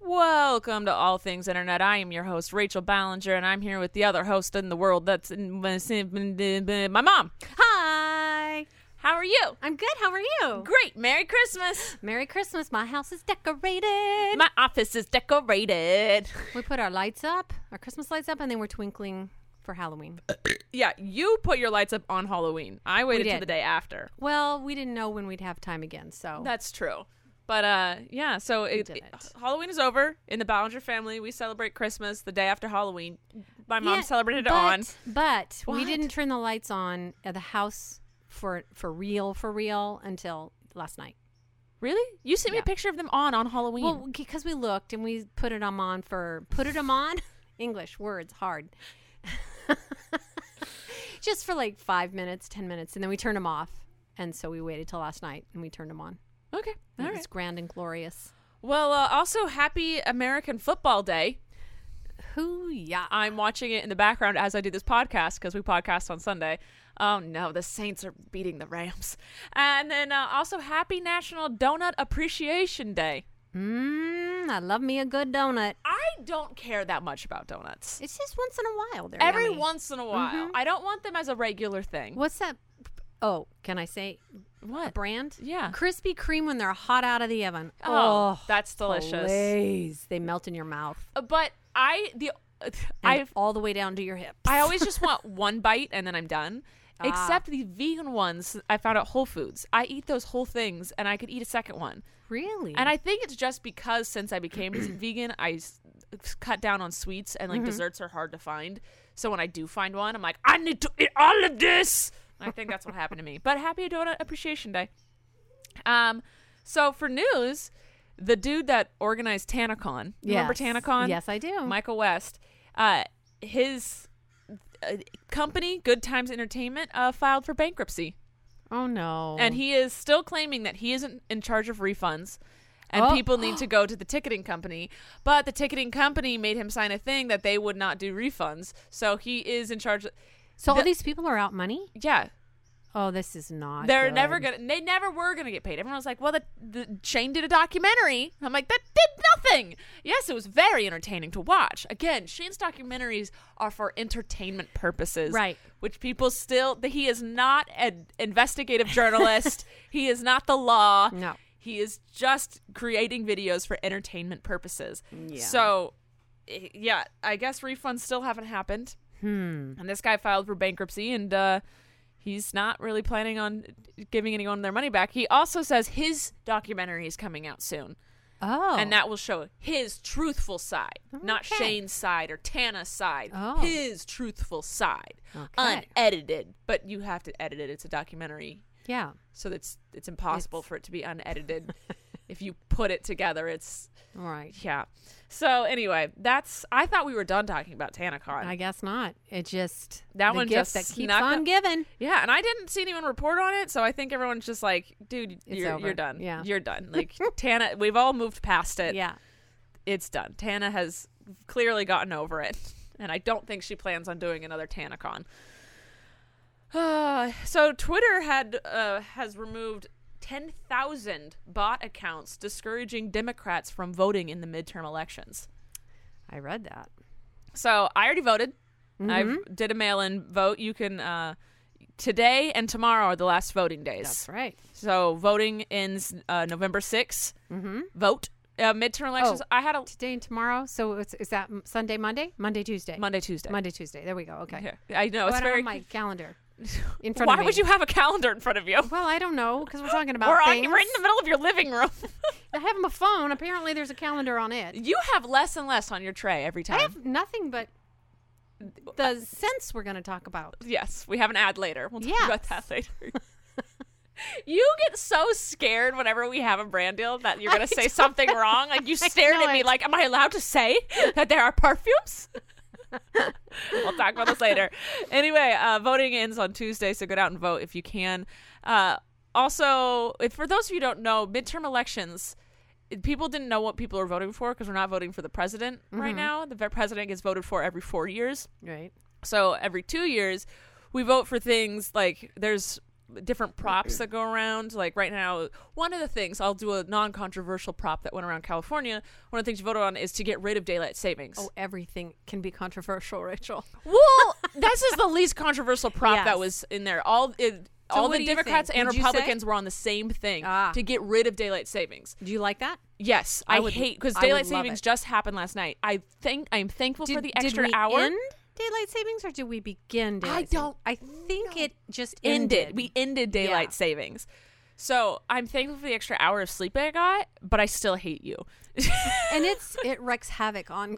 Welcome to All Things Internet. I am your host, Rachel Ballinger, and I'm here with the other host in the world that's in my mom. Hi. How are you? I'm good. How are you? Great. Merry Christmas. Merry Christmas. My house is decorated. My office is decorated. we put our lights up, our Christmas lights up, and then we're twinkling for Halloween. Uh, Yeah, you put your lights up on Halloween. I waited till did. the day after. well, we didn't know when we'd have time again, so That's true. But uh yeah, so it, did it- it. Halloween is over in the Ballinger family. We celebrate Christmas the day after Halloween. My mom Yeah, celebrated it but- on. But we What? didn't turn the lights on at the house for for real, for real until last night. Really? You sent me a Yeah. picture of them on on Halloween. Well, because we looked and we put it 'em on for put it 'em on English words hard. Just for like five minutes, ten minutes, and then we turned 'em off. And so we waited till last night and we turned 'em on. okay. It All was right. grand and glorious. Well, uh, also happy American Football Day. Hoo yeah! I'm watching it in the background as I do this podcast because we podcast on Sunday. Oh no, the Saints are beating the Rams. And then uh, also happy National Donut Appreciation Day. Mmm, I love me a good donut. I don't care that much about donuts. It's just once in a while. They're Every yummy. once in a while. Mhm. I don't want them as a regular thing. What's that? Oh, can I say a What? brand? Yeah. Krispy Kreme when they're hot out of the oven. Oh, that's delicious. Please, they melt in your mouth. Uh, But I the and I all the way down to your hips. I always just want one bite and then I'm done. Ah. Except the vegan ones I found at Whole Foods. I eat those whole things and I could eat a second one. really. And I think it's just because since I became vegan, I s- cut down on sweets and like Mm-hmm. desserts are hard to find. So when I do find one, I'm like, I need to eat all of this. And I think that's what happened to me. But happy Donut Appreciation Day. Um, so for news, the dude that organized TanaCon, you remember Yes. TanaCon? Yes, I do. Michael West, uh, his uh, company, Good Times Entertainment, uh, filed for bankruptcy oh no. and he is still claiming that he isn't in charge of refunds and Oh. people need to go to the ticketing company but the ticketing company made him sign a thing that they would not do refunds so he is in charge of, So all the- these people are out money. yeah Oh, this is not. they're good. never gonna they never were gonna get paid everyone was like well the, the shane did a documentary i'm like that did nothing yes it was very entertaining to watch again shane's documentaries are for entertainment purposes Right. which people still that he is not an investigative journalist he is not the law No. he is just creating videos for entertainment purposes so i- yeah i guess refunds still haven't happened hmm. and this guy filed for bankruptcy and uh he's not really planning on giving anyone their money back. He also says his documentary is coming out soon, Oh. and that will show his truthful side, not Okay. Shane's side or Tana's side. Oh. His truthful side, Okay. unedited. But you have to edit it. It's a documentary, Yeah. so that's it's impossible It's- for it to be unedited. if you put it together, it's All right. yeah. So anyway, that's I thought we were done talking about TanaCon. I guess not. It just That the one gift just that keeps snuck on up- giving. Yeah, and I didn't see anyone report on it, so I think everyone's just like, dude, you're, over. you're done. Yeah. You're done. Like, Tana, we've all moved past it. yeah. It's done. Tana has clearly gotten over it. and I don't think she plans on doing another Tanacon. Uh, so Twitter had uh, has removed 10,000 bot accounts discouraging Democrats from voting in the midterm elections. I read that. So I already voted. Mm-hmm. I did a mail-in vote. You can uh, today and tomorrow are the last voting days. That's right. So voting ends uh, November 6th. Mm-hmm. Vote uh, midterm elections. Oh. I had a Today and tomorrow. So it's, is that m- Sunday, Monday? Monday, Tuesday. Monday, Tuesday. Monday, Tuesday. There we go. Okay. Yeah. I know Oh, it's I don't very. have my calendar in front Why of me. would you have a calendar in front of you? Well, I don't know because we're talking about We're on, things. we're in the middle of your living room. I have my phone. Apparently, there's a calendar on it. you have less and less on your tray every time. I have nothing but uh, the sense we're going to talk about. Yes, we have an ad later. We'll talk about Yes. that later. you get so scared whenever we have a brand deal that you're going I to say don't- something wrong. Like you stared know at me it. like, am I allowed to say that there are perfumes? we'll talk about this later. Anyway, uh, voting ends on Tuesday, so get out and vote if you can. Uh, also, if, for those of you who don't know, midterm elections people didn't know what people were voting for because we're not voting for the president Mm-hmm. right now. The president gets voted for every four years. Right. So every two years, we vote for things like there's different props that go around. Like right now, one of the things I'll do a non controversial prop that went around California. One of the things you voted on is to get rid of daylight savings. Oh, everything can be controversial, Rachel. Well, this is the least controversial prop Yes. that was in there. All it, all what the do you Democrats think? and Would you say? Republicans were on the same thing Ah. to get rid of daylight savings. Do you like that? Yes, I I, would- hate because I would daylight love savings it. just happened last night. I think I'm thankful for the extra we hour. end daylight savings or did we begin daylight savings? don't I think it just ended. ended. We ended daylight Yeah. savings. So I'm thankful for the extra hour of sleep I got, but I still hate you. and it's it wreaks havoc on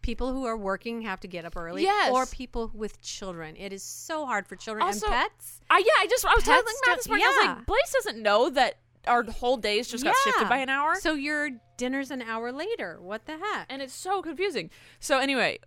people who are working have to get up early Yes. or people with children. It is so hard for children Also- and pets. I yeah, I just I was telling Pets Matt don't- this morning. I was yeah. like, Blaze doesn't know that our whole days just got shifted by an hour. So your dinner's an hour later. What the heck? and it's so confusing. So anyway,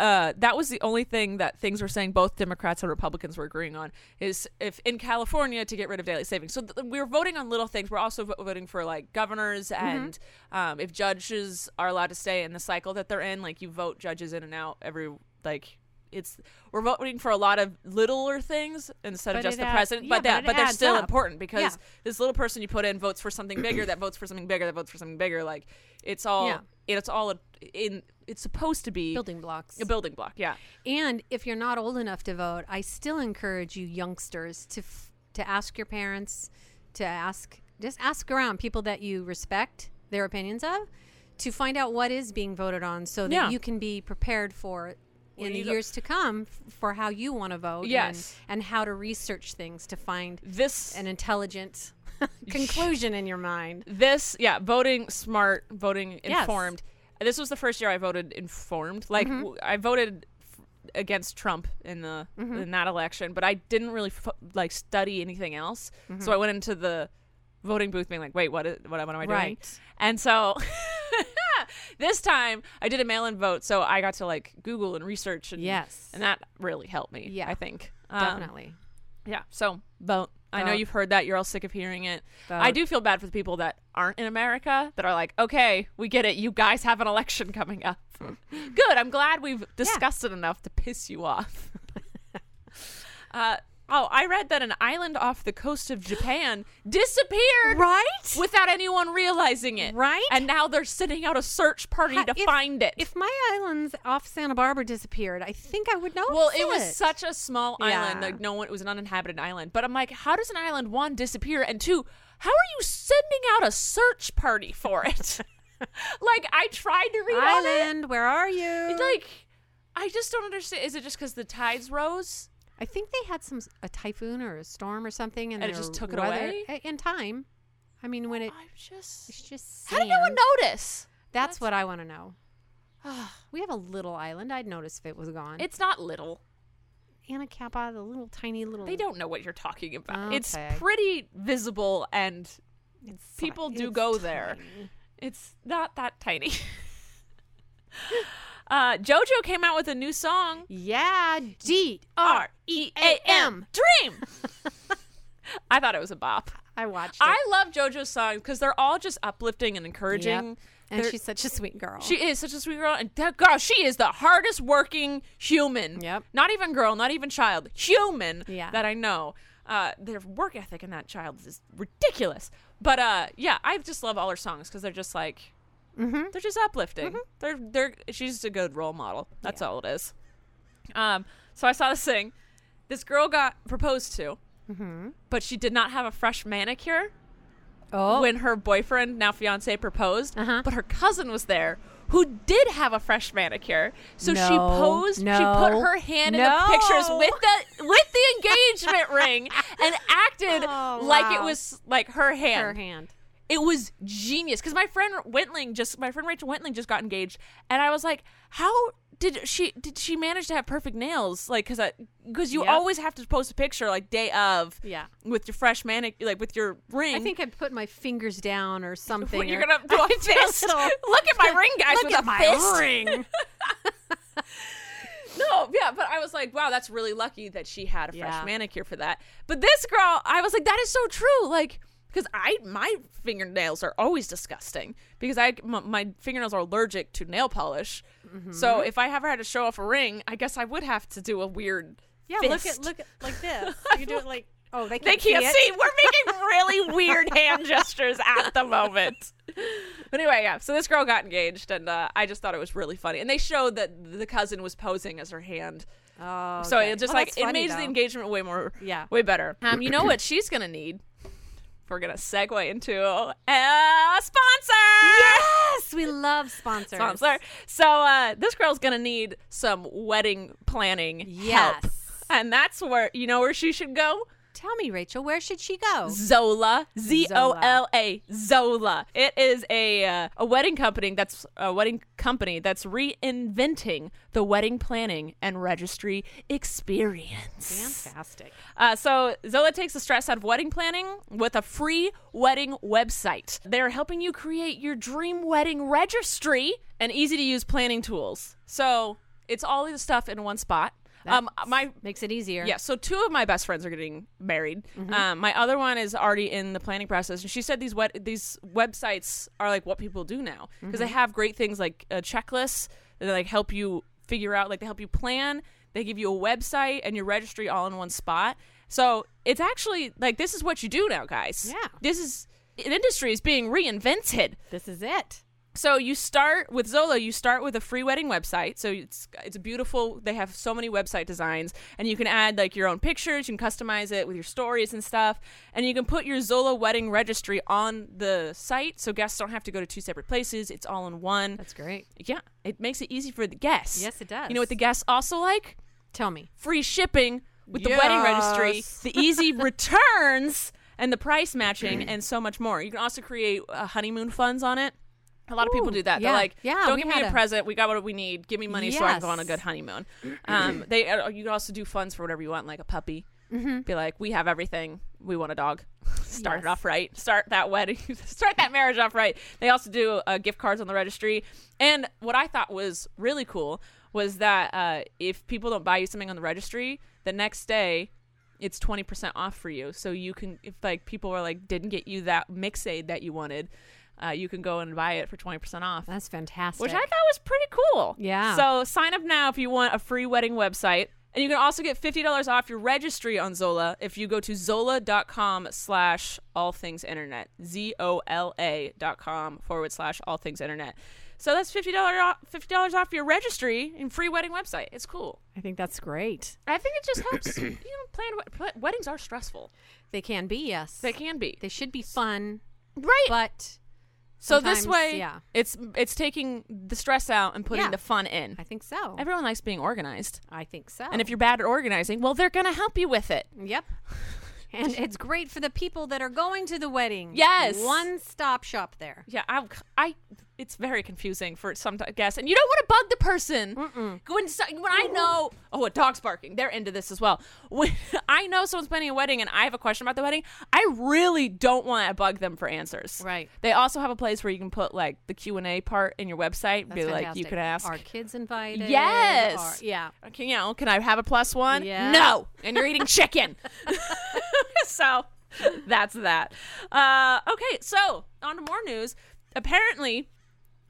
uh, that was the only thing that things were saying both Democrats and Republicans were agreeing on is if in California to get rid of daylight savings. So th- we're voting on little things. We're also vo- voting for like governors Mm-hmm. and um, if judges are allowed to stay in the cycle that they're in. Like you vote judges in and out every like. It's we're voting for a lot of littler things instead But of just it the adds- president, yeah, but but that it but they're adds still up. important because Yeah. this little person you put in votes for something bigger, that votes for something bigger, that votes for something bigger. Like it's all Yeah. it's all a, in it's supposed to be building blocks. a building block yeah And if you're not old enough to vote, I still encourage you youngsters to f- to ask your parents, to ask just ask around people that you respect their opinions of, to find out what is being voted on, so that Yeah. you can be prepared for When in the you go- years to come f- for how you want to vote. Yes. And, and how to research things to find this an intelligent conclusion in your mind. this yeah voting smart voting Yes. Mm-hmm. informed this was the first year i voted informed like w- i voted f- against trump in the Mm-hmm. in that election but i didn't really f- like study anything else Mm-hmm. so i went into the voting booth being like wait what is, what am i doing Right. and so this time i did a mail-in vote so i got to like google and research and Yes. and that really helped me Yeah. i think Um, Definitely. Yeah. So vote. I know Vote. you've heard that. You're all sick of hearing it. I Vote. do feel bad for the people that aren't in America that are like, okay, we get it. You guys have an election coming up. Good. I'm glad we've discussed it enough to piss you off. uh, oh, I read that an island off the coast of Japan disappeared right? without anyone realizing it. Right? And now they're sending out a search party Ha- to if- find it. If my islands off Santa Barbara disappeared, I think I would know. Well, it was such a small island. Yeah. Like no one, it was an uninhabited island. But I'm like, how does an island one disappear? And two, how are you sending out a search party for it? like I tried to read on it. island. Where are you? It's like I just don't understand. Is it just because the tides rose? I think they had some a typhoon or a storm or something, and, And it their just took it weather- away? i- in time. I mean, when it I'm just. it's just How did no one sand. notice? That's, what I want to know. we have a little island. I'd notice if it was gone. It's not little. Anacapa, the little tiny little. They don't know what you're talking about. It's Okay. pretty visible, and it's ti- people do it's go there. tiny. It's not that tiny. uh, JoJo came out with a new song. Yeah, D R E Dream. I thought it was a bop. I watched. It. I love JoJo's songs because they're all just uplifting and encouraging. and There- she's such a sweet girl. She is such a sweet girl, and that girl, she is the hardest working human. Yep. Not even girl, not even child, human. Yeah. That I know. Uh, their work ethic in that child is ridiculous. But uh, yeah, I just love all her songs because they're just like, Mm-hmm. they're just uplifting. They're they're she's just a good role model. That's all it is. Um, so I saw this thing. This girl got proposed to, Mm-hmm. but she did not have a fresh manicure oh, when her boyfriend, now fiance, proposed, Uh-huh. but her cousin was there who did have a fresh manicure. So she No, posed, she put no, her hand in no. the pictures with the with the engagement ring and acted Oh, like it wow. was like her hand. her hand. It was genius because my friend Wentling just my friend Rachel Wentling just got engaged, and I was like, how did she did she manage to have perfect nails? Like, because because you Yep. always have to post a picture like day of Yeah. with your fresh manicure like with your ring. I think I put my fingers down or something. Well, you're or- gonna do a I did a fist. little- Look at my ring, guys. Look with at a my fist. ring. No, yeah, but I was like, wow, that's really lucky that she had a fresh Yeah. manicure for that. But this girl, I was like, that is so true. Like, because I my fingernails are always disgusting because I m- my fingernails are allergic to nail polish. So Mm-hmm. if I ever had to show off a ring, I guess I would have to do a weird. yeah, fist. look at look at like this. You do it like oh they They can't, can't see. it. We're making really weird hand gestures at the moment. But anyway, yeah. So this girl got engaged, and uh, I just thought it was really funny. And they showed that the cousin was posing as her hand. Oh, So okay. it just Well, like that's it funny, made though. the engagement way more, Yeah. way better. Um, you know what she's gonna need? We're gonna segue into a sponsor. Yes, we love sponsors. Sponsor. So uh, this girl's gonna need some wedding planning help, Yes. and that's where you know where she should go. Tell me, Rachel, where should she go? Zola, Z O L A, Zola. It is a uh, a wedding company that's a wedding company that's reinventing the wedding planning and registry experience. Fantastic. Uh, so Zola takes the stress out of wedding planning with a free wedding website. They're helping you create your dream wedding registry and easy to use planning tools. So it's all of the stuff in one spot. Um, my Makes it easier. yeah, so two of my best friends are getting married. Um, my other one is already in the planning process, and she said these web- these websites are like what people do now because they have great things like uh, checklists that like help you figure out, like they help you plan. They give you a website and your registry all in one spot. So it's actually like this is what you do now, guys. Yeah. this is an industry is being reinvented. This is it. So you start with Zola. You start with a free wedding website. So it's it's beautiful. They have so many website designs, and you can add like your own pictures. You can customize it with your stories and stuff, and you can put your Zola wedding registry on the site, so guests don't have to go to two separate places. It's all in one. That's great. Yeah, it makes it easy for the guests. Yes, it does. You know what the guests also like? Tell me. Free shipping with the wedding registry, Yes. the easy returns, and the price matching, and so much more. You can also create uh, honeymoon funds on it. A lot of people Ooh, do that. They're yeah, like, yeah, don't we give me had a a- present. We got what we need. Give me money so I can go on a Yes. good honeymoon. Um, they uh, you can also do funds for whatever you want, like a puppy. Be like, we have everything. We want a dog. Start it off right. Start that wedding. Start that marriage off right. They also do uh, gift cards on the registry. And what I thought was really cool was that uh, if people don't buy you something on the registry, the next day it's 20% off for you. So you can, if like people are like, didn't get you that mix aid that you wanted, uh, you can go and buy it for 20% off. That's fantastic. Which I thought was pretty cool. Yeah. So sign up now if you want a free wedding website. And you can also get $50 off your registry on Zola if you go to zola.com slash all things internet. Z-O-L-A dot com forward slash all things internet. So that's $50 off, $50 off your registry and free wedding website. It's cool. I think that's great. I think it just helps. you know, plan wed- weddings are stressful. They can be, yes. They can be. They should be fun, right. but so this sometimes, way, yeah. it's it's taking the stress out and putting Yeah. the fun in. I think so. Everyone likes being organized. I think so. And if you're bad at organizing, well, they're going to help you with it. Yep. And it's great for the people that are going to the wedding. Yes. One stop shop there. Yeah, I, I it's very confusing for some t- guests, and you don't want to bug the person. When so- when I know, oh, a dog's barking. They're into this as well. When I know someone's planning a wedding, and I have a question about the wedding, I really don't want to bug them for answers. Right. They also have a place where you can put like the Q and A part in your website. and That's be like, you fantastic. can ask. Are kids invited? Yes. Are- yeah. can you know, can I have a plus one? Yeah. No. And you're eating chicken. so that's that. Uh, okay, so on to more news. Apparently,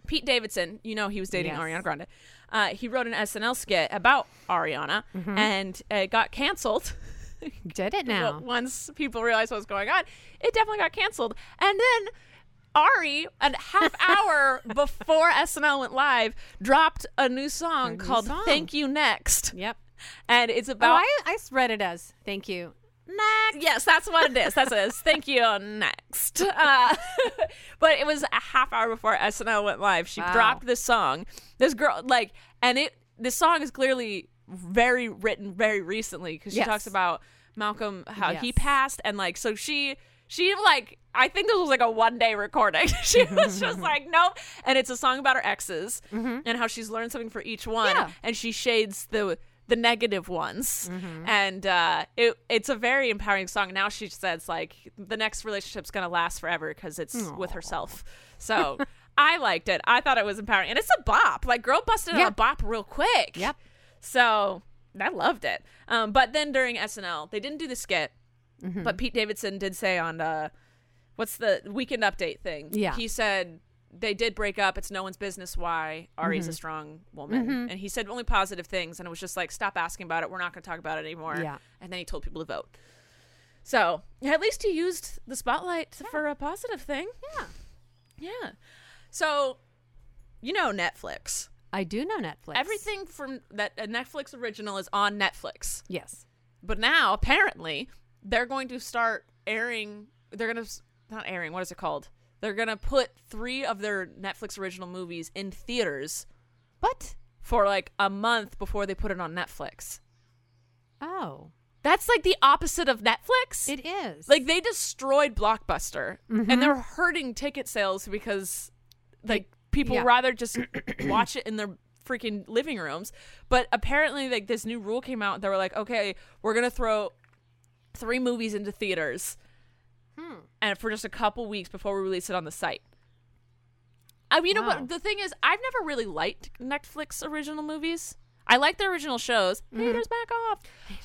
Pete Davidson, you know he was dating Yes. Ariana Grande. Uh, he wrote an SNL skit about Ariana, Mm-hmm. and it got canceled. Did it Well, now? once people realized what was going on, it definitely got canceled. And then Ari, a half hour before SNL went live, dropped a new song new called song. "Thank You Next," Yep. and it's Oh, about. I, I read it as thank you. Next. Yes, that's what it is. That's it. It's Thank you. Next. Uh, but it was a half hour before SNL went live. She Wow. dropped this song. This girl, like, and it. This song is clearly very written very recently because she Yes. talks about Malcolm how he Yes. passed and like so she she like I think this was like a one day recording. she was just like nope, and it's a song about her exes and how she's learned something for each one Mm-hmm. Yeah. and she shades the the negative ones Mm-hmm. and uh, it it's a very empowering song now she says like the next relationship's gonna last forever because it's with herself so i liked it i thought it was empowering and it's a bop like girl busted on Yeah. a bop real quick Yep. so i loved it um, but then during snl they didn't do the skit Mm-hmm. but pete davidson did say on uh, what's the weekend update thing Yeah. he said they did break up. It's no one's business why Ari's Mm-hmm. a strong woman. And he said only positive things. And it was just like, stop asking about it. We're not going to talk about it anymore. Yeah. And then he told people to vote. So at least he used the spotlight for a positive thing. Yeah. Yeah. So, you know, Netflix. I do know Netflix. Everything from that a Netflix original is on Netflix. Yes. But now, apparently, they're going to start airing. They're going to not airing. What is it called? They're going to put three of their Netflix original movies in theaters What? for like a month before they put it on Netflix. Oh, That's like the opposite of Netflix. it is. like they destroyed Blockbuster, Mm-hmm. and they're hurting ticket sales because like people yeah. rather just watch it in their freaking living rooms. But apparently, like this new rule came out. They were like, okay, we're gonna throw three movies into theaters, Hmm. and for just a couple weeks before we release it on the site. I mean, you know, Wow. but the thing is, I've never really liked Netflix original movies. I like their original shows. Mm-hmm. Haters back off.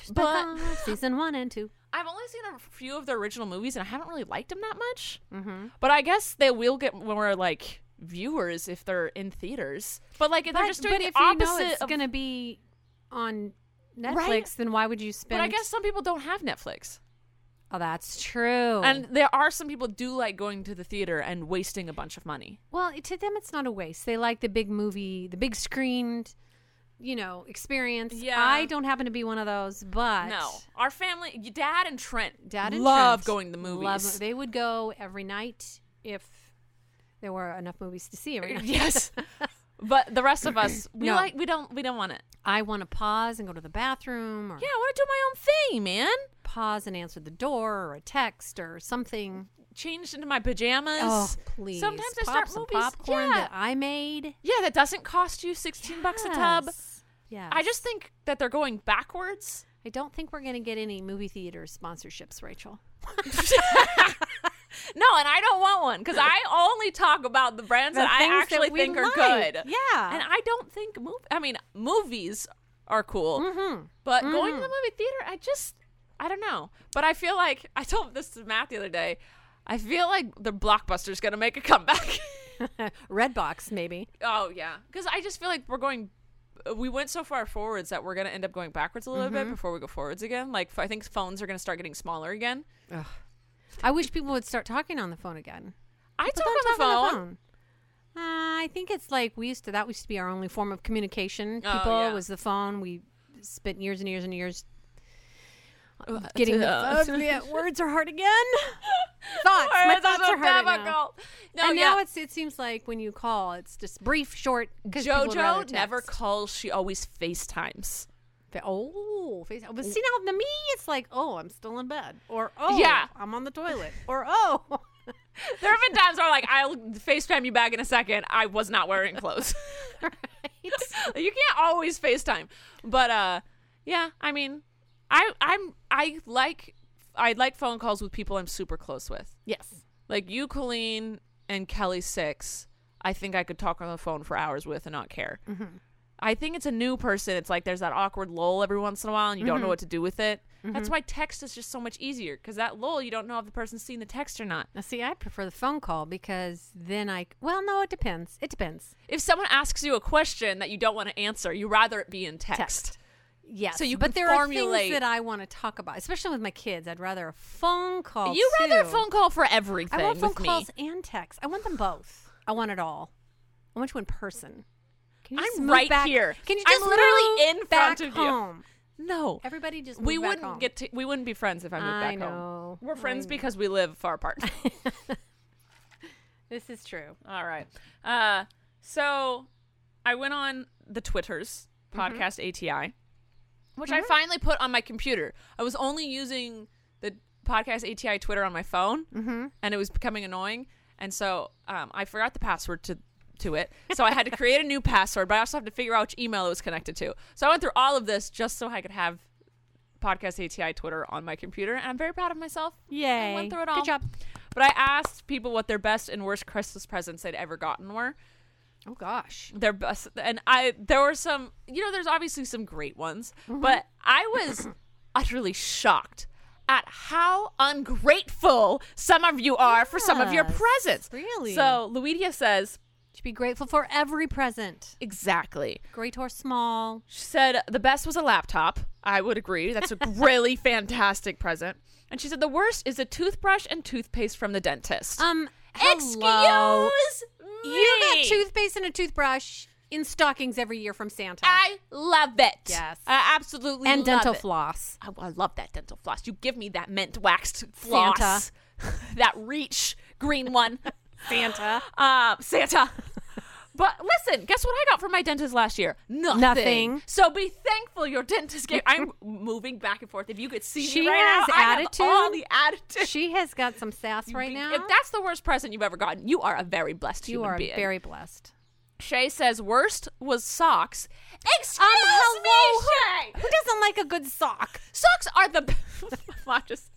But- but uh, season one and two. I've only seen a few of their original movies, and I haven't really liked them that much. Mm-hmm. But I guess they will get more like viewers if they're in theaters. But like if they're just doing but the if you opposite know it's of. going to be on Netflix, Right? then why would you but spend? I guess some people don't have Netflix, Oh, that's true. and there are some people do like going to the theater and wasting a bunch of money. well, to them, it's not a waste. They like the big movie, the big screened, you know, experience. Yeah. I don't happen to be one of those, but No, our family, y- Dad and Trent, Dad and love Trent going to the movies. love- they would go every night if there were enough movies to see every night. yes, but the rest of us, we No. like, we don't, we don't want it. I want to pause and go to the bathroom, or Yeah, I want to do my own thing, man. pause and answer the door, or a text, or something. changed into my pajamas. Oh, please! Sometimes I Pop start some movies. popcorn yeah. that I made. yeah, that doesn't cost you 16 bucks a tub. Yeah, I just think that they're going backwards. I don't think we're gonna get any movie theater sponsorships, Rachel. No, and I don't want one because I only talk about the brands The that things I that actually we think are like. good. Yeah. And I don't think mov I mean, movies are cool. Mm-hmm. But going to the movie theater, I just, I don't know. But I feel like, I told this to Matt the other day, I feel like the blockbuster's going to make a comeback. Redbox, maybe. Oh yeah, because I just feel like we're going. We went so far forwards that we're gonna end up going backwards a little Mm-hmm. bit before we go forwards again. Like f- I think phones are gonna start getting smaller again. I wish people would start talking on the phone again. I But talk don't on the talk phone. Uh, I think it's like we used to. That used to be our only form of communication. Oh, People yeah. was the phone. We spent years and years and years Uh, getting the uh, phone. Yeah, words are hard again. thoughts. My Words are thoughts so are hard right now. difficult. No, and yeah. now it's it seems like when you call, it's just brief, short. 'cause people would rather JoJo never text. calls. She always FaceTimes. Fa- Oh, face. But see now, to me, it's like, oh, I'm still in bed, or oh, Yeah. I'm on the toilet, or oh, There have been times where like I'll FaceTime you back in a second. I was not wearing clothes. you can't always FaceTime. But uh yeah, I mean I I'm I like I like phone calls with people I'm super close with. yes, Like you, Colleen, and Kelly Six, I think I could talk on the phone for hours with and not care. Mm-hmm. Mm-hmm. I think it's a new person. It's like there's that awkward lull every once in a while and you don't know what to do with it. That's why text is just so much easier because that lull, you don't know if the person's seen the text or not. Now, see, I prefer the phone call because then I. Well, no, it depends. It depends. If someone asks you a question that you don't want to answer, you rather it be in text. Yes. So you but can there formulate- are things that I want to talk about, especially with my kids. I'd rather a phone call. You rather a too. phone call for everything I want phone with me. calls and texts. I want them both. I want it all. I want you in person. Can just I'm move right back- here. Can you I'm just literally move in front back of you. home? No, Everybody just we move back wouldn't home. get to. We wouldn't be friends if I moved I back home. know. We're I friends know. because we live far apart. This is true. All right. Uh, so I went on the Twitters podcast ATI, which I finally put on my computer. I was only using the podcast ATI Twitter on my phone, and it was becoming annoying. And so um, I forgot the password to to it, so I had to create a new password. But I also have to figure out which email it was connected to. So I went through all of this just so I could have podcast ATI Twitter on my computer, and I'm very proud of myself. Yay! I went through it all. Good job. But I asked people what their best and worst Christmas presents they'd ever gotten were. Oh gosh. Their best, and I there were some. You know, there's obviously some great ones, Mm-hmm. but I was utterly shocked at how ungrateful some of you are for some of your Yes, presents. really. So Luidia says Should be grateful for every present, exactly. great or small. She said the best was a laptop. I would agree. That's a really fantastic present. And she said the worst is a toothbrush and toothpaste from the dentist. Um. hello. Excuse me. You got toothpaste and a toothbrush in stockings every year from Santa. I love it. Yes. I absolutely and love dental it. floss. I, I love that dental floss. You give me that mint waxed floss. that reach green one. Santa. Uh, Santa. But listen, guess what I got from my dentist last year? Nothing. Nothing. So be thankful your dentist gave. I'm moving back and forth. If you could see She me right has now, I have all attitude. the attitude. she has got some sass right now. If that's the worst present you've ever gotten, you are a very blessed you human are being. very blessed. Shay says worst was socks. Um, Excuse hello, me, Shay. Who doesn't like a good sock? Socks are the best. just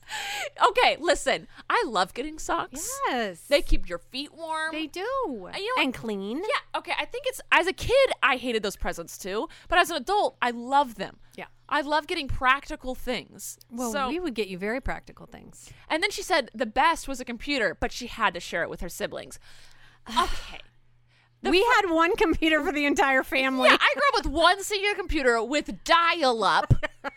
okay. Listen, I love getting socks. Yes. They keep your feet warm. They do. you know and clean. yeah. Okay. I think it's as a kid I hated those presents too, but as an adult I love them. Yeah. I love getting practical things. Well, so, we would get you very practical things. and then she said the best was a computer, but she had to share it with her siblings. Okay. The we had one computer for the entire family. Yeah, I grew up with one singular computer with dial up. and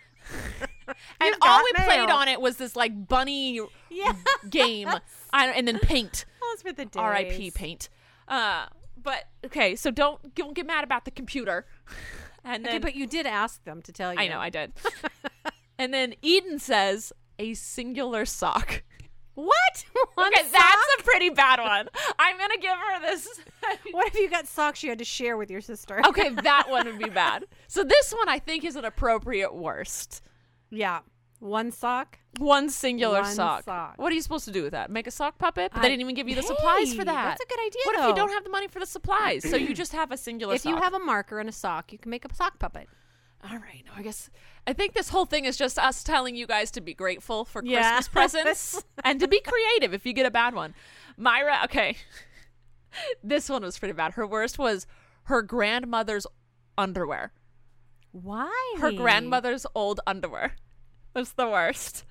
You've all got we played mail. on it was this like bunny Yeah. game I, don't- and then paint. Those were the days. RIP paint. Uh, but okay, so don't, don't get mad about the computer. And then Okay, but you did ask them to tell you. I know, I did. and then Eden says a singular sock. What? One okay, sock? that's a pretty bad one. I'm gonna give her this. What if you got socks you had to share with your sister? okay, that one would be bad. So this one I think is an appropriate worst. Yeah. One sock. One singular One sock. sock. What are you supposed to do with that? Make a sock puppet? But they I- didn't even give you the supplies for Hey, that. that's a good idea, What if you though. don't have the money for the supplies? so you just have a singular if sock. you have a marker and a sock, you can make a sock puppet. All right. No, I guess I think this whole thing is just us telling you guys to be grateful for Yeah. Christmas presents and to be creative if you get a bad one. Myra, okay. this one was pretty bad. Her worst was her grandmother's underwear. Why? Her grandmother's old underwear was the worst.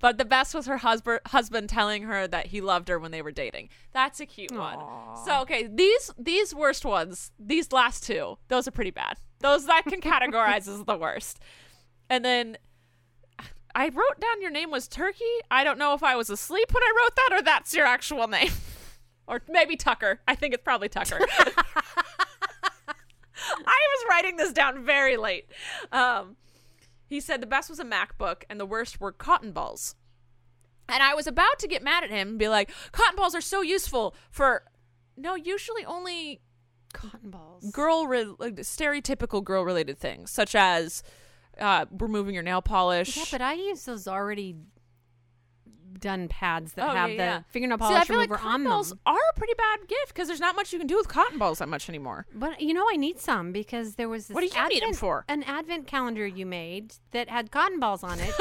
But the best was her husband husband telling her that he loved her when they were dating. That's a cute one. So okay, these these worst ones, these last two, those are pretty bad. Those that can categorize as the worst. And then I wrote down your name was Turkey. I don't know if I was asleep when I wrote that or that's your actual name. or maybe Tucker. I think it's probably Tucker. I was writing this down very late. Um, he said the best was a MacBook and the worst were cotton balls. And I was about to get mad at him and be like, cotton balls are so useful for. No, usually only Cotton balls. girl, re- like, stereotypical girl related things, such as uh, removing your nail polish. Yeah, but I use those already done pads that Oh, have yeah, the yeah. fingernail See, I polish feel like remover cotton on them. balls are a pretty bad gift because there's not much you can do with cotton balls that much anymore. But you know, I need some because there was this. What do you advent, need 'em for? An advent calendar you made that had cotton balls on it,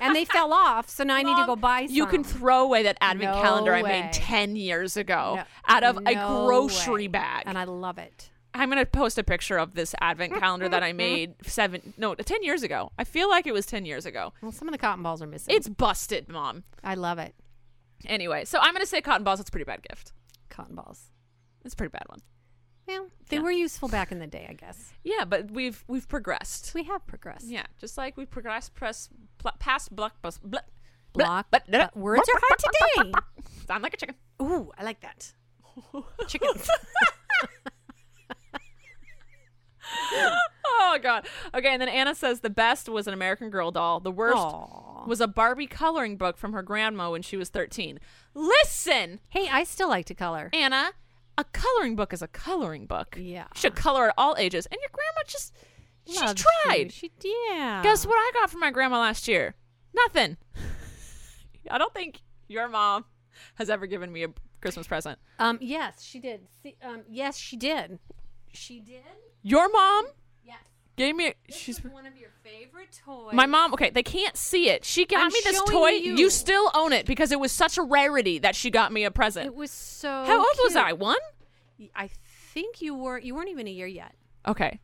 and they fell off. So now I need to go Mom, buy some. You can throw away that advent No calendar I way. made 10 years ago No- out of a no grocery way. bag. and I love it. I'm gonna post a picture of this advent calendar that I made seven no ten years ago. I feel like it was ten years ago. Well, some of the cotton balls are missing. It's busted, mom. I love it. Anyway, so I'm gonna say cotton balls. It's a pretty bad gift. Cotton balls. It's a pretty bad one. Well, they were useful back in the day, I guess. Yeah, but we've we've progressed. We have progressed. Yeah, just like we progressed press pl- past blockbus. Bl- Block- but words are hard today. Sound like a chicken. Ooh, I like that. Chicken. Oh god. Okay, and then Anna says the best was an American Girl doll. The worst Aw. was a Barbie coloring book from her grandma when she was 13. Listen, hey, I still like to color. Anna, a coloring book is a coloring book. Yeah. You should color at all ages. And your grandma just she Loves you. tried. She yeah. Guess what I got from my grandma last year? Nothing. I don't think your mom has ever given me a Christmas present. Um. Yes, she did. See, um. Yes, she did. She did. Your mom Yes. gave me. She's one of your favorite toys. my mom. Okay, they can't see it. She got I'm me this showing toy. you. still own it because it was such a rarity that she got me a present. It was so. How old was cute. I? One. I think you were. You weren't even a year yet. Okay.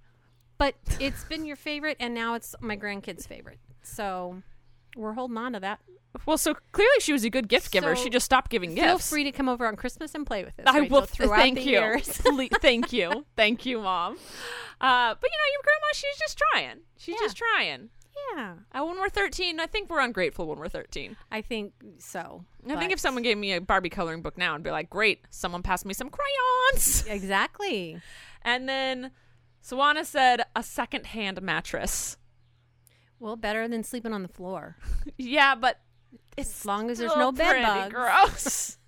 But it's been your favorite, and now it's my grandkids' favorite. So we're holding on to that. Well, so clearly she was a good gift giver. So she just stopped giving Feel gifts. free to come over on Christmas and play with us. I Rachel, will throughout thank the you. years. Ple- thank you. Thank you, mom. Uh, but you know, your grandma, she's just trying. She's Yeah. just trying. yeah, Uh, when we're 13, I think we're ungrateful when we're 13. I think so. I think but- if someone gave me a Barbie coloring book now, I'd be like, great, someone passed me some crayons. exactly, And then Swana said, a secondhand mattress. well, better than sleeping on the floor. yeah, but As long as there's still no bed pretty bugs, gross.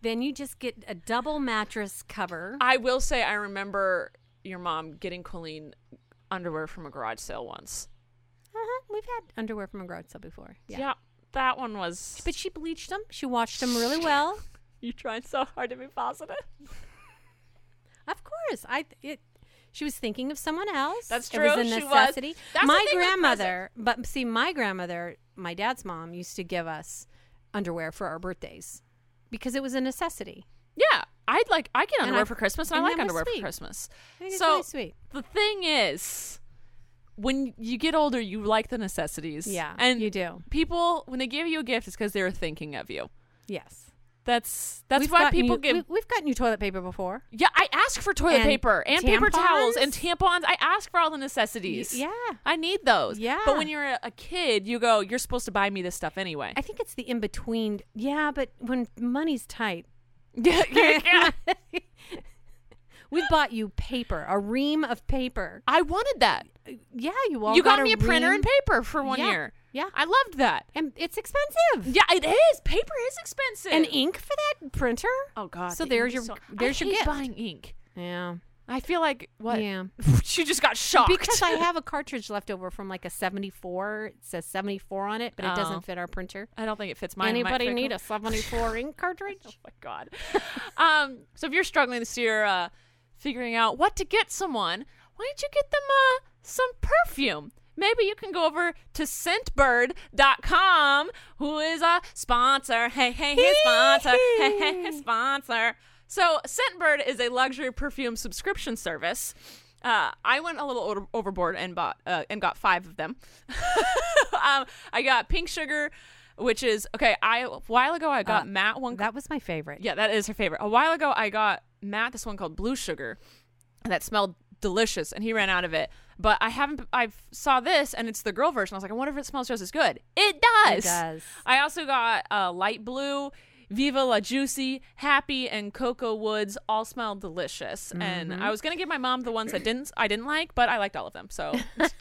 then you just get a double mattress cover. I will say, I remember your mom getting Colleen underwear from a garage sale once. Uh-huh. We've had underwear from a garage sale before. Yeah. that one was. but she bleached them. She washed them really well. You trying so hard to be positive. Of course, I it. She was thinking of someone else. That's It true, was a she was. necessity. That's the my thing with grandmother, but see, my grandmother, my dad's mom, used to give us underwear for our birthdays because it was a necessity. Yeah, I'd like. I get And underwear I- for Christmas, and, and I that like was underwear for sweet. Christmas. I think it's so really sweet. the thing is, when you get older, you like the necessities. Yeah, and you do. People, when they give you a gift, it's because they're thinking of you. Yes, That's that's We've why gotten people you- give. we- We've gotten you toilet paper before. yeah, I ask for toilet And paper and paper towels tampons? and tampons. I ask for all the necessities. Y- yeah. I need those. Yeah. but when you're a, a kid, you go. You're supposed to buy me this stuff anyway. I think it's the in between. Yeah, but when money's tight, yeah, yeah, yeah. we've bought you paper, a ream of paper. I wanted that. Yeah, you all you got, got me a printer ream. and paper for one Yeah, year. yeah. I loved that. and it's expensive. Yeah, it is. Paper is expensive. and ink for that printer. Oh God. So the there's ink your is so- there's I your hate gift. buying ink. Yeah, I feel like what? yeah. she just got shocked. Because I have a cartridge left over from like a '74. It says '74 on it, but it Oh. doesn't fit our printer. I don't think it fits mine. It might Anybody fit- need a '74 ink cartridge? Oh my God. um. So if you're struggling this year, uh, figuring out what to get someone, why don't you get them uh some perfume? Maybe you can go over to scentbird.com, who is a sponsor. Hey, hey, hey, sponsor. Hey, hey, hey, sponsor. So, Scentbird is a luxury perfume subscription service. Uh, I went a little over- overboard and bought uh, and got five of them. um, I got pink sugar, which is okay. I a while ago I got Uh, matte one. That was my favorite. yeah, that is her favorite. A while ago I got matte this one called blue sugar, that smelled delicious, and he ran out of it. But I haven't. I saw this and it's the girl version. I was like, I wonder if it smells just as good. It does. does. I also got uh, light blue. Viva La Juicy, Happy, and Cocoa Woods all smell delicious, and I was gonna give my mom the ones that didn't I didn't like, but I liked all of them, so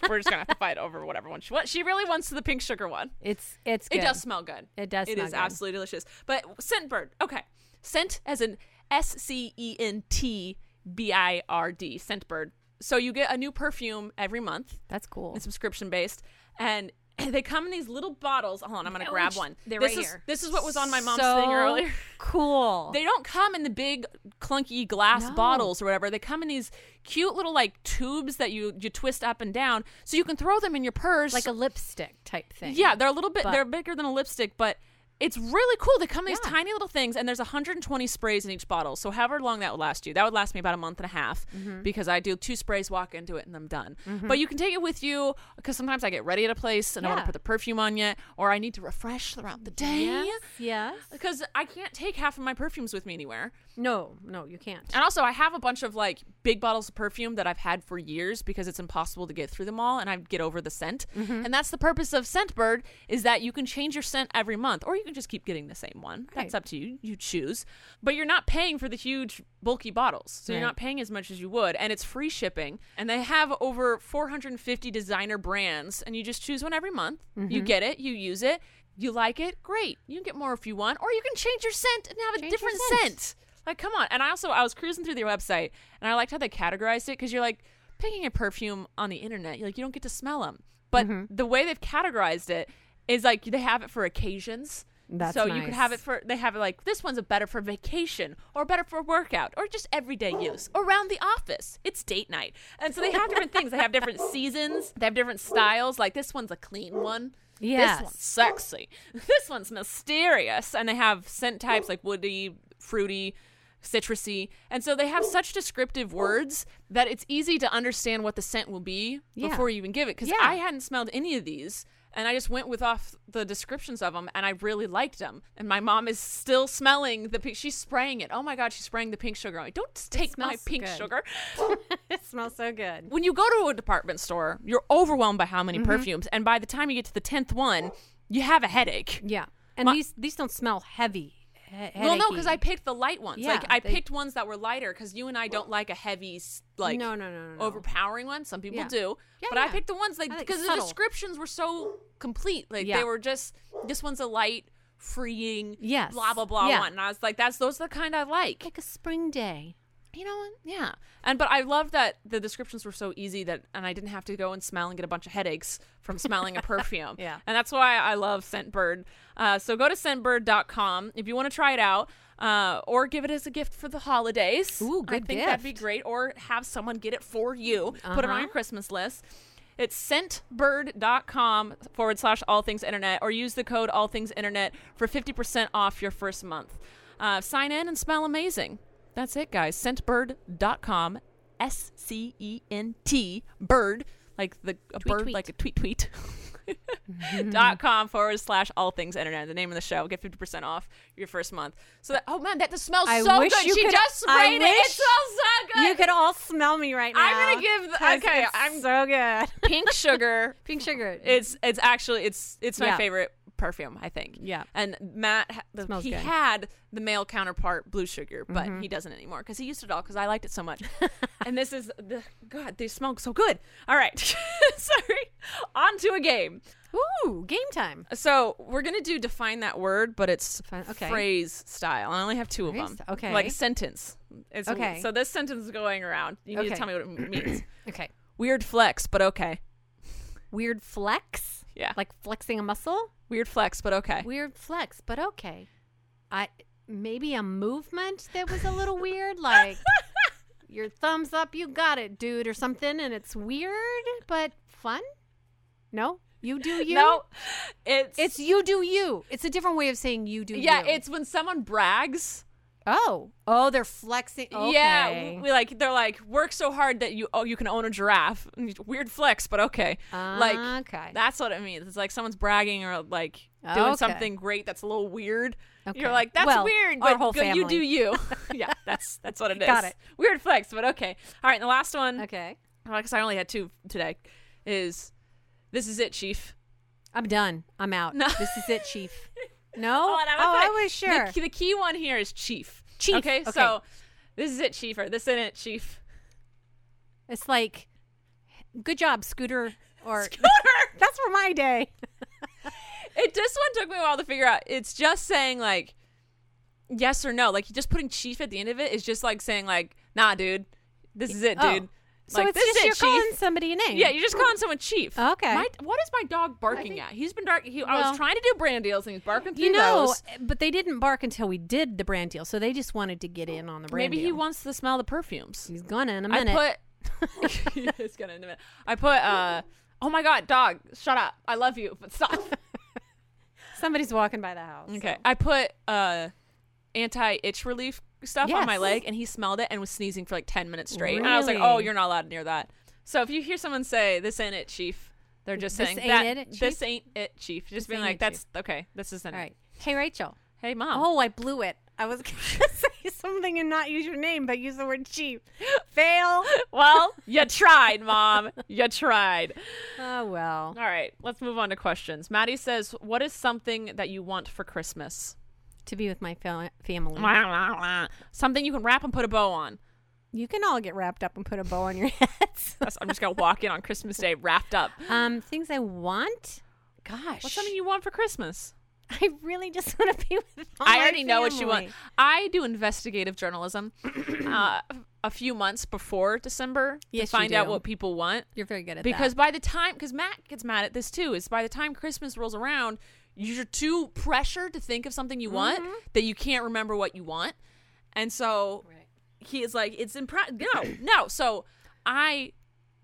we're just gonna have to fight over whatever one she wants. She really wants the pink sugar one. It's it's It good. does smell good. It does It smell is good. absolutely delicious. But Scentbird, okay, scent as in S C E N T B I R D, Scentbird. So you get a new perfume every month. That's cool. It's subscription based, and they come in these little bottles. Hold on, I'm gonna grab one. Oh, they're this right is here. this is what was on my mom's so thing earlier. Cool. They don't come in the big clunky glass No. bottles or whatever. They come in these cute little like tubes that you you twist up and down, so you can throw them in your purse. like a lipstick type thing. yeah, they're a little bit but- they're bigger than a lipstick, but It's really cool. They come in these Yeah. tiny little things, and there's 120 sprays in each bottle. So however long that would last you, that would last me about a month and a half Mm-hmm. because I do two sprays, walk into it, and I'm done. But you can take it with you because sometimes I get ready at a place and I want Yeah. to put the perfume on yet, or I need to refresh throughout the day Yes. Yes. because I can't take half of my perfumes with me anywhere. No, no, you can't. And also, I have a bunch of like big bottles of perfume that I've had for years because it's impossible to get through them all, and I get over the scent. And that's the purpose of Scentbird is that you can change your scent every month, or you can just keep getting the same one. That's up to you. You choose, but you're not paying for the huge bulky bottles, so you're Right. not paying as much as you would, and it's free shipping. And they have over 450 designer brands, and you just choose one every month. You get it, you use it. You like it? Great. You can get more if you want, or you can change your scent and have a Change your different scent. scent. Like, come on. And I also I was cruising through their website and I liked how they categorized it because you're like picking a perfume on the internet, you're like you don't get to smell them. But Mm-hmm. the way they've categorized it is like they have it for occasions. That's so you could have it nice. for they have it like this one's a better for vacation or better for workout or just everyday use or around the office. It's date night. And so they have different things. They have different seasons, they have different styles. Like this one's a clean one. This one's Yes. sexy. This one's mysterious. And they have scent types like woody, fruity, citrusy. And so they have such descriptive words that it's easy to understand what the scent will be Yeah. before you even give it. Because Yeah. I hadn't smelled any of these. And I just went with off the descriptions of them, and I really liked them. And my mom is still smelling the pink. She's spraying it. Oh my god, she's spraying the pink sugar. I'm like, Don't take my smells pink good. sugar it smells so good. when you go to a department store, you're overwhelmed by how many Mm-hmm. perfumes, and by the time you get to the tenth one, you have a headache. Yeah. And My- these these don't smell heavy. He- Well, no, headachy. because I picked the light ones. Yeah, like I they- picked ones that were lighter because you and I don't like a heavy, s- like No, no, no, no, no. overpowering one. Some people Yeah. do, Yeah, but I yeah. picked the ones I like like because the subtle. descriptions were so complete. Like Yeah. they were just this one's a light, freeing, Yes. blah blah blah Yeah. one. And I was like, that's those are the kind I like. like a spring day. you know what? Yeah. And but I love that the descriptions were so easy that and I didn't have to go and smell and get a bunch of headaches from smelling a perfume. Yeah. And that's why I love Scentbird. Uh, so go to scentbird.com if you want to try it out. Uh, or give it as a gift for the holidays. Ooh, I good think that'd be gift. Uh-huh. great. Or have someone get it for you. Put it on your Christmas list. It's scentbird.com forward slash all things internet or use the code all things internet for 50% off your first month. Uh, sign in and smell amazing. That's it, guys. Scentbird.com, S C E N T, bird, like the a bird, tweet. like a tweet tweet. dot com forward slash all things internet the name of the show get 50% off your first month so that oh man that just smells I so wish good you she could- just I sprayed it it wish smells so good You could all smell me right now. I'm gonna give the- 'cause okay, it's I'm- so good. pink sugar Pink sugar. It's it's actually it's it's my Yeah. favorite perfume, I think. Yeah. And Matt ha- the, Smells he good. Mm-hmm. had the male counterpart blue sugar, but he doesn't anymore cuz he used it all cuz I liked it so much. and this is the god, they smell so good. All right. Sorry. On to a game. ooh game time. So, we're going to do define that word, but it's Define- okay. phrase style. I only have two Phrase of them. st- okay. Like sentence. It's Okay. So this sentence is going around. You need to Okay. tell me what it means. Okay. Weird flex, but okay. Weird flex. Yeah. Like flexing a muscle. Weird flex, but okay. Weird flex, but okay. I maybe a movement that was a little weird, like your thumbs up, you got it, dude, or something, and it's weird but fun. No, you do you. No, it's it's you do you. It's a different way of saying you do. yeah, you. it's when someone brags. oh oh, they're flexing. Okay. Yeah, w- we like they're like work so hard that you oh you can own a giraffe. And you- Weird flex, but okay. like Okay. that's what it means. It's like someone's bragging or like doing Okay. something great that's a little weird. You're Okay. like that's Well, weird, our but whole good, you do family. you. yeah, that's that's what it is. Got it. Weird flex, but okay. All right, and the last one. okay. Because I only had two today. Is this is it, Chief? I'm done. I'm out. No. This is it, Chief. No. Oh, and I'm gonna oh, put I it- was sure. The, the key one here is chief. Chief, Okay, okay. so this is it, chief, or this isn't it, chief. It's like, good job, Scooter. Or Scooter! that's for my day. It this one took me a while to figure out. It's just saying like yes or no. Like just putting chief at the end of it is just like saying like nah, dude, this is it, Oh. dude. So like, it's this just you're is it, calling chief. somebody a name. Yeah, you're just calling someone chief. Okay. My, what is my dog barking think- at? He's been dark. He, I Well- was trying to do brand deals and he's barking through You know, those. but they didn't bark until we did the brand deal, so they just wanted to get in on the brand Maybe he deal. wants to smell the perfumes. He's gonna in a I minute. put. it's gonna in a minute. I put. uh Oh my god, dog! Shut up! I love you, but stop. Somebody's walking by the house. Okay. I put uh anti itch relief stuff on my Yes. leg and he smelled it and was sneezing for like 10 minutes straight. And I was like, "Oh, Really? you're not allowed near that." So if you hear someone say, "This ain't it, chief." They're just This saying ain't that it, chief? this ain't it, chief. Just This being ain't like, it, "That's okay. This isn't All right. it." Hey, Rachel. Hey, mom. Oh, I blew it. I was gonna say something and not use your name, but use the word cheap. Fail. Well, you tried, mom. You tried. Oh well. All right, let's move on to questions. Maddie says, "What is something that you want for Christmas?" To be with my fa- family. Something you can wrap and put a bow on. You can all get wrapped up and put a bow on your heads. That's- I'm just gonna walk in on Christmas Day wrapped up. um, things I want. Gosh, What's something you want for Christmas? I really just want to be with. all I my already know what you want. family. I do investigative journalism uh, a few months before December Yes, to you find out do. what people want. You're very good at because that. by the time because matt gets mad at this too is by the time christmas rolls around you're too pressured to think of something you want Mm-hmm. that you can't remember what you want and so he is like it's impre- no no so i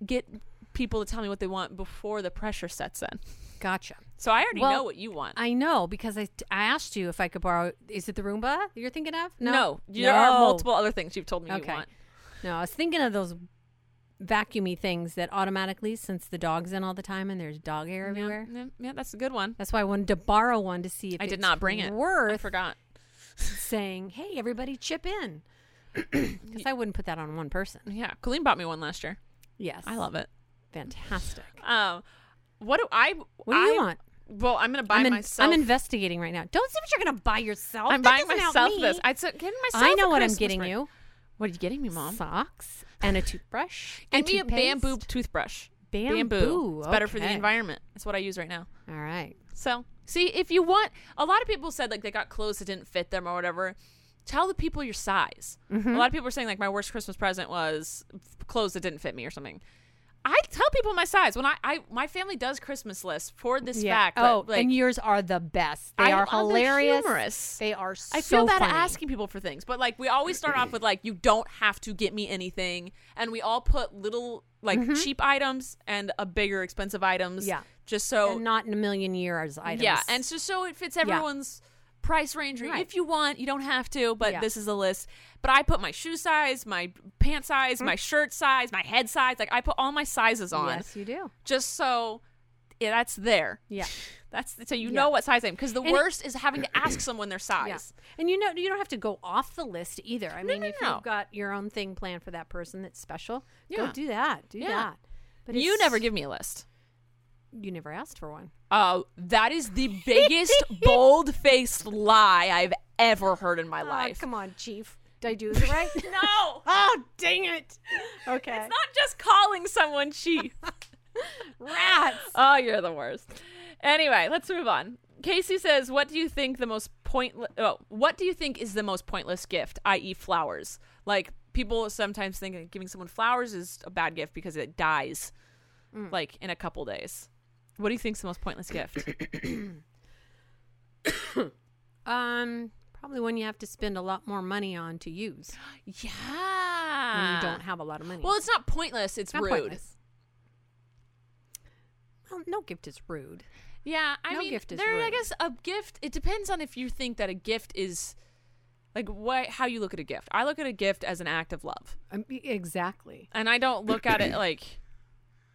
get people to tell me what they want before the pressure sets in Gotcha. so i already know Well, what you want I know because I, I asked you if I could borrow. Is it the Roomba you're thinking of? no, No, there are No. multiple other things you've told me you want No, I was thinking of those vacuumy things that automatically, since the dog's in all the time and there's dog hair everywhere. yeah, yeah, that's a good one That's why I wanted to borrow one to see if i did it's not bring it i Worth forgot saying, "Hey, everybody, chip in," because I wouldn't put that on one person. yeah colleen bought me one last year Yes, i love it Fantastic. um what do i What do you I- want? Well, I'm gonna buy I'm, in- myself. I'm investigating right now. Don't say what you're going to buy yourself. I'm That buying doesn't help myself me. this. I took getting myself. I a know what I'm Christmas getting ring. you: What are you getting me, mom? socks and a toothbrush and me a toothpaste. bamboo toothbrush. Bamboo, It's better for the okay. environment. It's what I use right now. All right. So see if you want. A lot of people said like they got clothes that didn't fit them or whatever. Tell the people your size. Mm-hmm. A lot of people are saying like my worst Christmas present was f- clothes that didn't fit me or something. I tell people my size when I, I my family does Christmas lists for this fact. that, Oh, like, and yours are the best. I- They are oh, they're hilarious. humorous. They are so I feel bad funny. asking people for things, but like we always start off with like you don't have to get me anything, and we all put little like cheap items and a bigger expensive items, Mm-hmm. Yeah. just so And not in a million years items. yeah, and so so it fits everyone's price range. or Right. If you want, you don't have to, but Yeah. this is a list. But I put my shoe size, my pant size, Mm-hmm. my shirt size, my head size, like I put all my sizes on, yes, you do. just so yeah, that's there. Yeah. That's so you Yeah. know what size I'm because the And it- worst is having to ask someone their size. Yeah. And you know you don't have to go off the list either. I mean, no, if no. you've got your own thing planned for that person that's special, Yeah. go do that. Do Yeah. that. But you it's- never give me a list. you never asked for one. Uh, that is the biggest bold faced lie I've ever heard in my Ah, life. come on, chief. Did I do this right? No, oh, dang it. Okay. it's not just calling someone chief. rats. oh, you're the worst. Anyway, let's move on. Casey says, "What do you think the most pointless? Oh, what do you think is the most pointless gift? I.e., flowers. Like people sometimes think that giving someone flowers is a bad gift because it dies, like in a couple days. What do you think's the most pointless gift? Um, probably one you have to spend a lot more money on to use when yeah, you don't have a lot of money. Ah. Well, it's not pointless. It's Not rude. pointless. Well, no gift is rude. Yeah, I No mean, gift is there. I rude. guess a gift. It depends on if you think that a gift is like what how you look at a gift. I look at a gift as an act of love, Um, e- exactly. and I don't look at it like,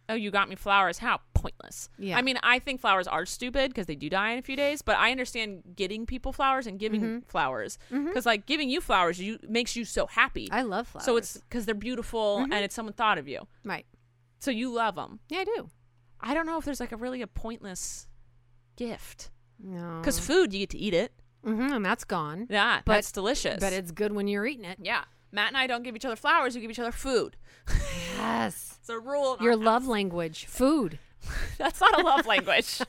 oh, you got me flowers. How pointless. Yeah. I mean, I think flowers are stupid because they do die in a few days, but I understand getting people flowers and giving Mm-hmm. flowers because like giving you flowers, you makes you so happy. I love flowers. Mm-hmm. So it's because they're beautiful and it's someone thought of you, right. so you love them. Yeah, I do. I don't know if there's like a really a pointless gift. No. Because food, you get to eat it. Mhm, and that's gone. Yeah, But- that's delicious. But it's good when you're eating it. yeah. Matt and I don't give each other flowers; we give each other food. Yes. It's a rule. in Your our love house. language, food. That's not a love language.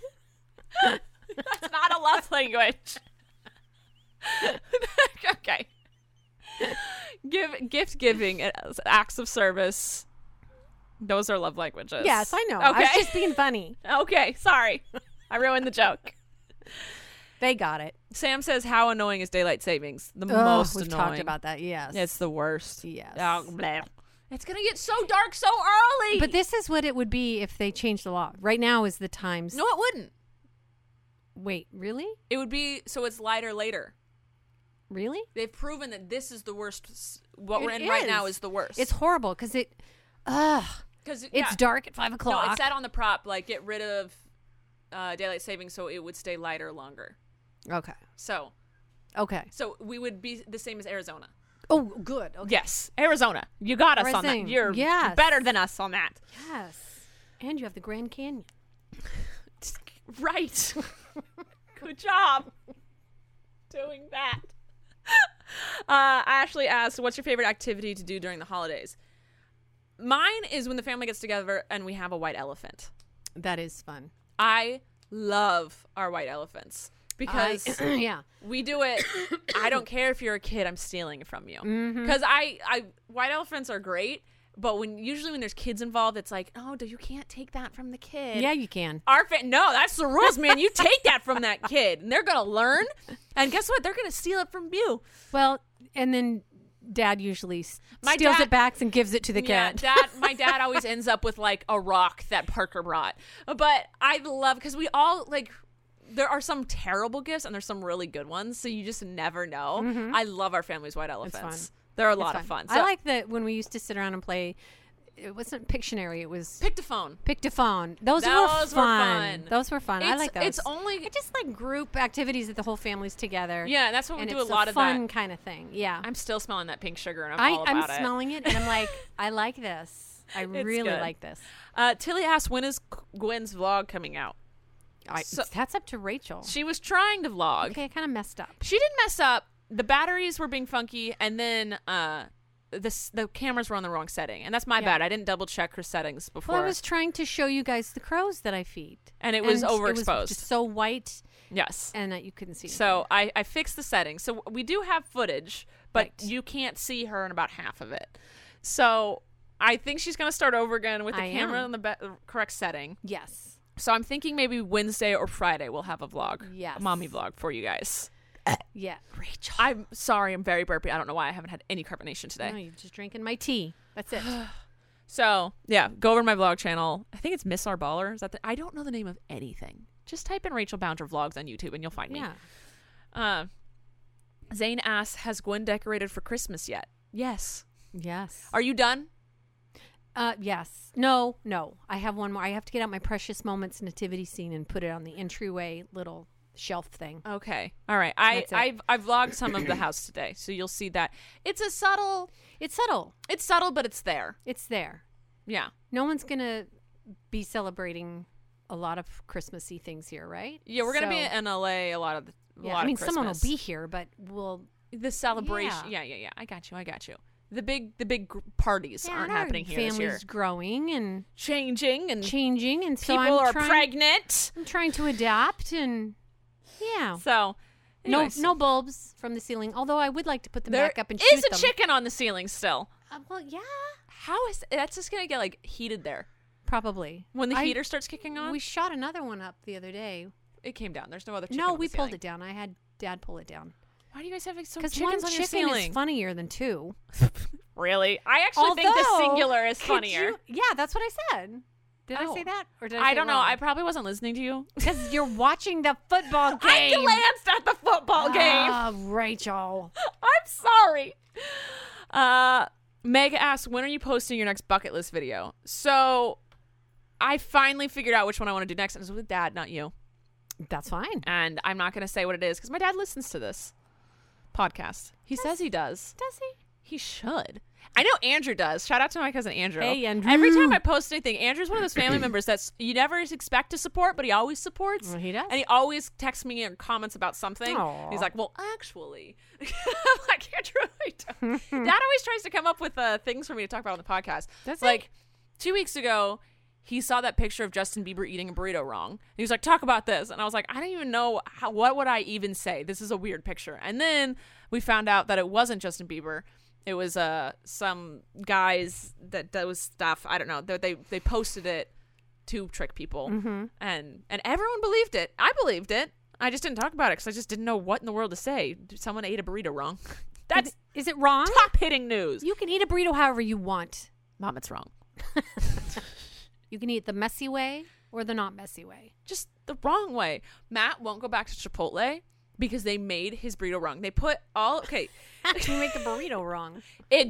That's not a love language. okay. Give gift giving, uh, acts of service. Those are love languages. Yes, I know. Okay. I was just being funny. okay. Sorry, I ruined the joke. They got it. Sam says, "How annoying is daylight savings? The Ugh, most we've annoying." talked about that. Yes. It's the worst. Yes. Oh, bleh. It's gonna get so dark so early. but this is what it would be if they changed the law. Right now is the times. no, it wouldn't. Wait, really? It would be so it's lighter later. Really? They've proven that this is the worst. s- What we're It in right now is. is the worst. It's horrible because it, ugh, because it's dark at five o'clock. No, it said on the prop like get rid of uh, daylight savings so it would stay lighter longer. okay, So okay. so we would be the same as Arizona. Oh, good. Okay. Yes, Arizona. You got us on Arizona. that. You're Yes. better than us on that. Yes. And you have the Grand Canyon. Right. Good job doing that. Uh, Ashley asked, "What's your favorite activity to do during the holidays?" Mine is when the family gets together and we have a white elephant. That is fun. I love our white elephants because I- yeah, we do it. I don't care if you're a kid. I'm stealing from you because I, I white elephants are great, but when usually when there's kids involved, it's like, oh, do you can't take that from the kid. yeah, you can. Our fa- no, that's the rules, man. You take that from that kid, and they're gonna learn. And guess what? They're gonna steal it from you. Well, and then Dad usually s- My steals dad- it back and gives it to the Yeah, cat. dad. My dad always ends up with like a rock that Parker brought. But I love because we all like. There are some terrible gifts and there's some really good ones, so you just never know. I love our family's white elephants. fun. They're a It's lot of Mm-hmm. fun. I So- like that when we used to sit around and play. It wasn't Pictionary. It was Pictophone. Pictophone. Those, were, Those were fun. fun. Those were fun. I It's- like those. it's only- I just like group activities that the whole family's together. Yeah, that's what we and do it's a lot of that. fun kind of thing. Yeah, I'm still smelling that pink sugar, and I'm I, all I'm about it. smelling it and I'm like, I like this. I really good. like this. Uh, Tilly asked, "When is Gwen's vlog coming out?" I, So- that's up to Rachel. She was trying to vlog. okay, I kind of messed up. She didn't mess up. The batteries were being funky, and then uh, the s- the cameras were on the wrong setting, and that's my Yeah. bad. I didn't double check her settings before, Well, I was trying to show you guys the crows that I feed, and it was overexposed. just so white, yes. and that you couldn't see. So I, I fixed the settings. So we do have footage, but Right. you can't see her in about half of it. So I think she's gonna start over again with the I camera am. on the be- uh, correct setting. anything. yes, So I'm thinking maybe Wednesday or Friday we'll have a vlog, Yes. a mommy vlog for you guys. yeah, Rachel. I'm sorry, I'm very burpy. I don't know why I haven't had any carbonation today. No, you're just drinking my tea. That's it. So yeah, go over to my vlog channel. I think it's Miss Our Baller. Is that the, I don't know the name of anything. Just type in Rachel Bounder vlogs on YouTube and you'll find me. yeah, Uh, Zane asks, "Has Gwen decorated for Christmas yet?" Yes. yes. Are you done? Uh, yes. No, no. I have one more. I have to get out my precious moments nativity scene and put it on the entryway little shelf thing. Okay. All right. I That's it. I've, I've vlogged some of the house today, so you'll see that it's a subtle. It's subtle. It's subtle, but it's there. It's there. Yeah. No one's gonna be celebrating a lot of Christmassy things here, right? Yeah. We're gonna be So- in LA a lot of the. A yeah, lot I mean, of someone will Christmas. be here, but we'll. the celebration. Yeah. yeah, Yeah. yeah, I got you. I got you. The big, the big gr- parties Yeah, aren't and our happening here this Families year. growing and Changing and changing, and so people I'm are trying. pregnant. I'm trying to adapt, and yeah, So no, anyways, no bulbs from the ceiling. Although I would like to put them there back up and is shoot a them. chicken on the ceiling still. Uh, well, yeah, How is that's just gonna get like heated there probably when the I- heater starts kicking on? We shot another one up the other day. it came down. There's no other. Chicken no, on we the pulled ceiling. it down. I had Dad pull it down Why do you guys have like, so because chickens on one your chicken ceiling? is funnier than two. Really? I actually think the Although, singular is could funnier. you- yeah, that's what I said. Did I Oh. say that or did I? I don't know. I probably wasn't listening to you. because you're watching the football I game. glanced at the football game. Ah, Rachel. I'm sorry. Uh, Meg asks, when are you posting your next bucket list video? So I finally figured out which one I want to do next. And it's with dad, not you. That's fine. And I'm not going to say what it is because my dad listens to this podcast. He says he does. Does he? He should. I know Andrew does. Shout out to my cousin Andrew. Hey, Andrew. Every time I post anything, Andrew's one of those family members that's you never expect to support, but he always supports. Well, he does. And he always texts me and comments about something. Aw. He's like, "Well, actually," I'm like Andrew, I don't. Dad always tries to come up with uh, things for me to talk about on the podcast. Does he? like two weeks ago. He saw that picture of Justin Bieber eating a burrito wrong. And he was like, "Talk about this," and I was like, "I don't even know how, what would I even say. This is a weird picture." And then we found out that it wasn't Justin Bieber. It was uh some guys that does stuff. I don't know. They they, they posted it to trick people, and and everyone believed it. I believed it. I just didn't talk about it because I just didn't know what in the world to say. Someone ate a burrito wrong. That's Is it wrong? top hitting news. You can eat a burrito however you want. Mom, it's wrong. You can eat the messy way. or the not messy way. just the wrong way. Matt won't go back to Chipotle because they made his burrito wrong. They put all okay, you make the burrito wrong.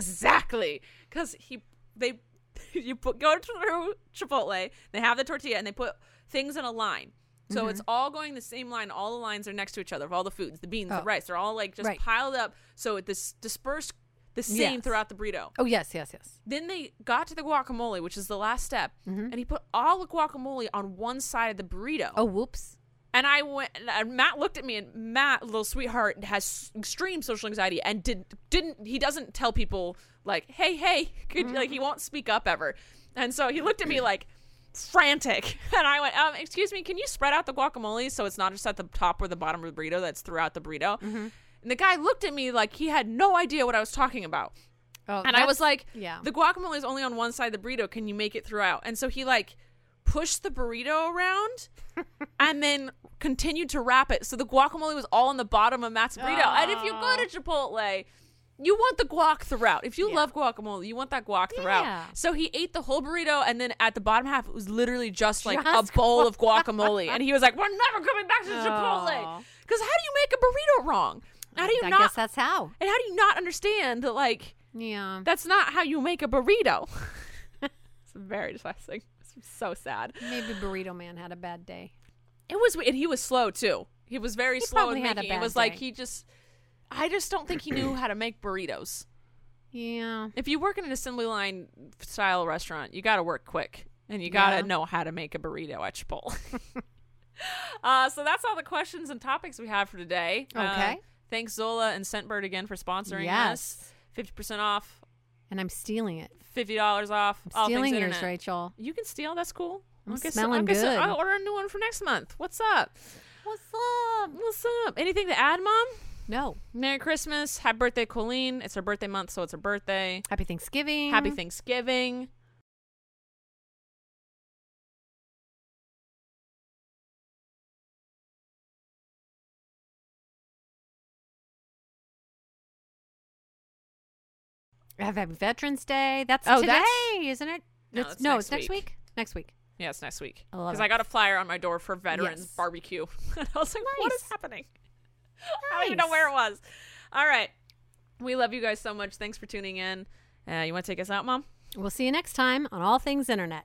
exactly because he they you put, go through Chipotle. They have the tortilla and they put things in a line. So it's Mm-hmm. all going the same line. All the lines are next to each other of all the foods, the beans, Oh. the rice. They're all like just Right. piled up. So it this dispersed the same Yes. throughout the burrito. Oh yes, yes, yes. Then they got to the guacamole, which is the last step, Mm-hmm. and he put all the guacamole on one side of the burrito. Oh whoops. And I went. And Matt looked at me, and Matt, little sweetheart, has extreme social anxiety, and did didn't he doesn't tell people like, hey, hey, could, like he won't speak up ever. And so he looked at me like frantic, and I went, um, excuse me, can you spread out the guacamole so it's not just at the top or the bottom of the burrito, that's throughout the burrito. And the guy looked at me like he had no idea what I was talking about. Oh, And I was that's- like, yeah. the guacamole is only on one side of the burrito. Can you make it throughout? And so he like pushed the burrito around and then continued to wrap it. So the guacamole was all on the bottom of Matt's burrito. And if you go to Chipotle, you want the guac throughout. If you love guacamole, you want that guac throughout. Yeah. So he ate the whole burrito and then at the bottom half it was literally just like Just a bowl of guacamole. and he was like, We're never coming back to Oh. Chipotle. Because how do you make a burrito wrong? How do you I not guess that's how. and how do you not understand that like Yeah. that's not how you make a burrito. it's very depressing. It's so sad. Maybe Burrito Man had a bad day. It was, and he was slow too. He was very slow probably in had a making. It bad was like day. he just, I just don't think he knew how to make burritos. Yeah. If you work in an assembly line style restaurant, you got to work quick and you got to Yeah. know how to make a burrito at Chipotle. uh, so that's all the questions and topics we have for today. Uh, Okay. thanks Zola and Scentbird again for sponsoring us. Yes. Fifty percent off, And I'm stealing it. fifty dollars off. I'm all things stealing yours, internet. Rachel. You can steal. That's cool. I'm Okay, so- smelling okay, so good. I'll order a new one for next month. What's up? What's up? What's up? Anything to add, Mom? No. Merry Christmas. Happy birthday, Colleen. It's her birthday month, so it's her birthday. Happy Thanksgiving. Happy Thanksgiving. Have Happy Veterans Day. That's Oh, today, that's- isn't it? No, That's- it's no, next it's next week. week. Next week. Yeah, it's next week. I love Because it. I got a flyer on my door for Veterans Yes. Barbecue. and I was like, what is Nice. happening? I don't even know Nice. where it was. All right. We love you guys so much. Thanks for tuning in. Uh, you want to take us out, Mom? We'll see you next time on All Things Internet.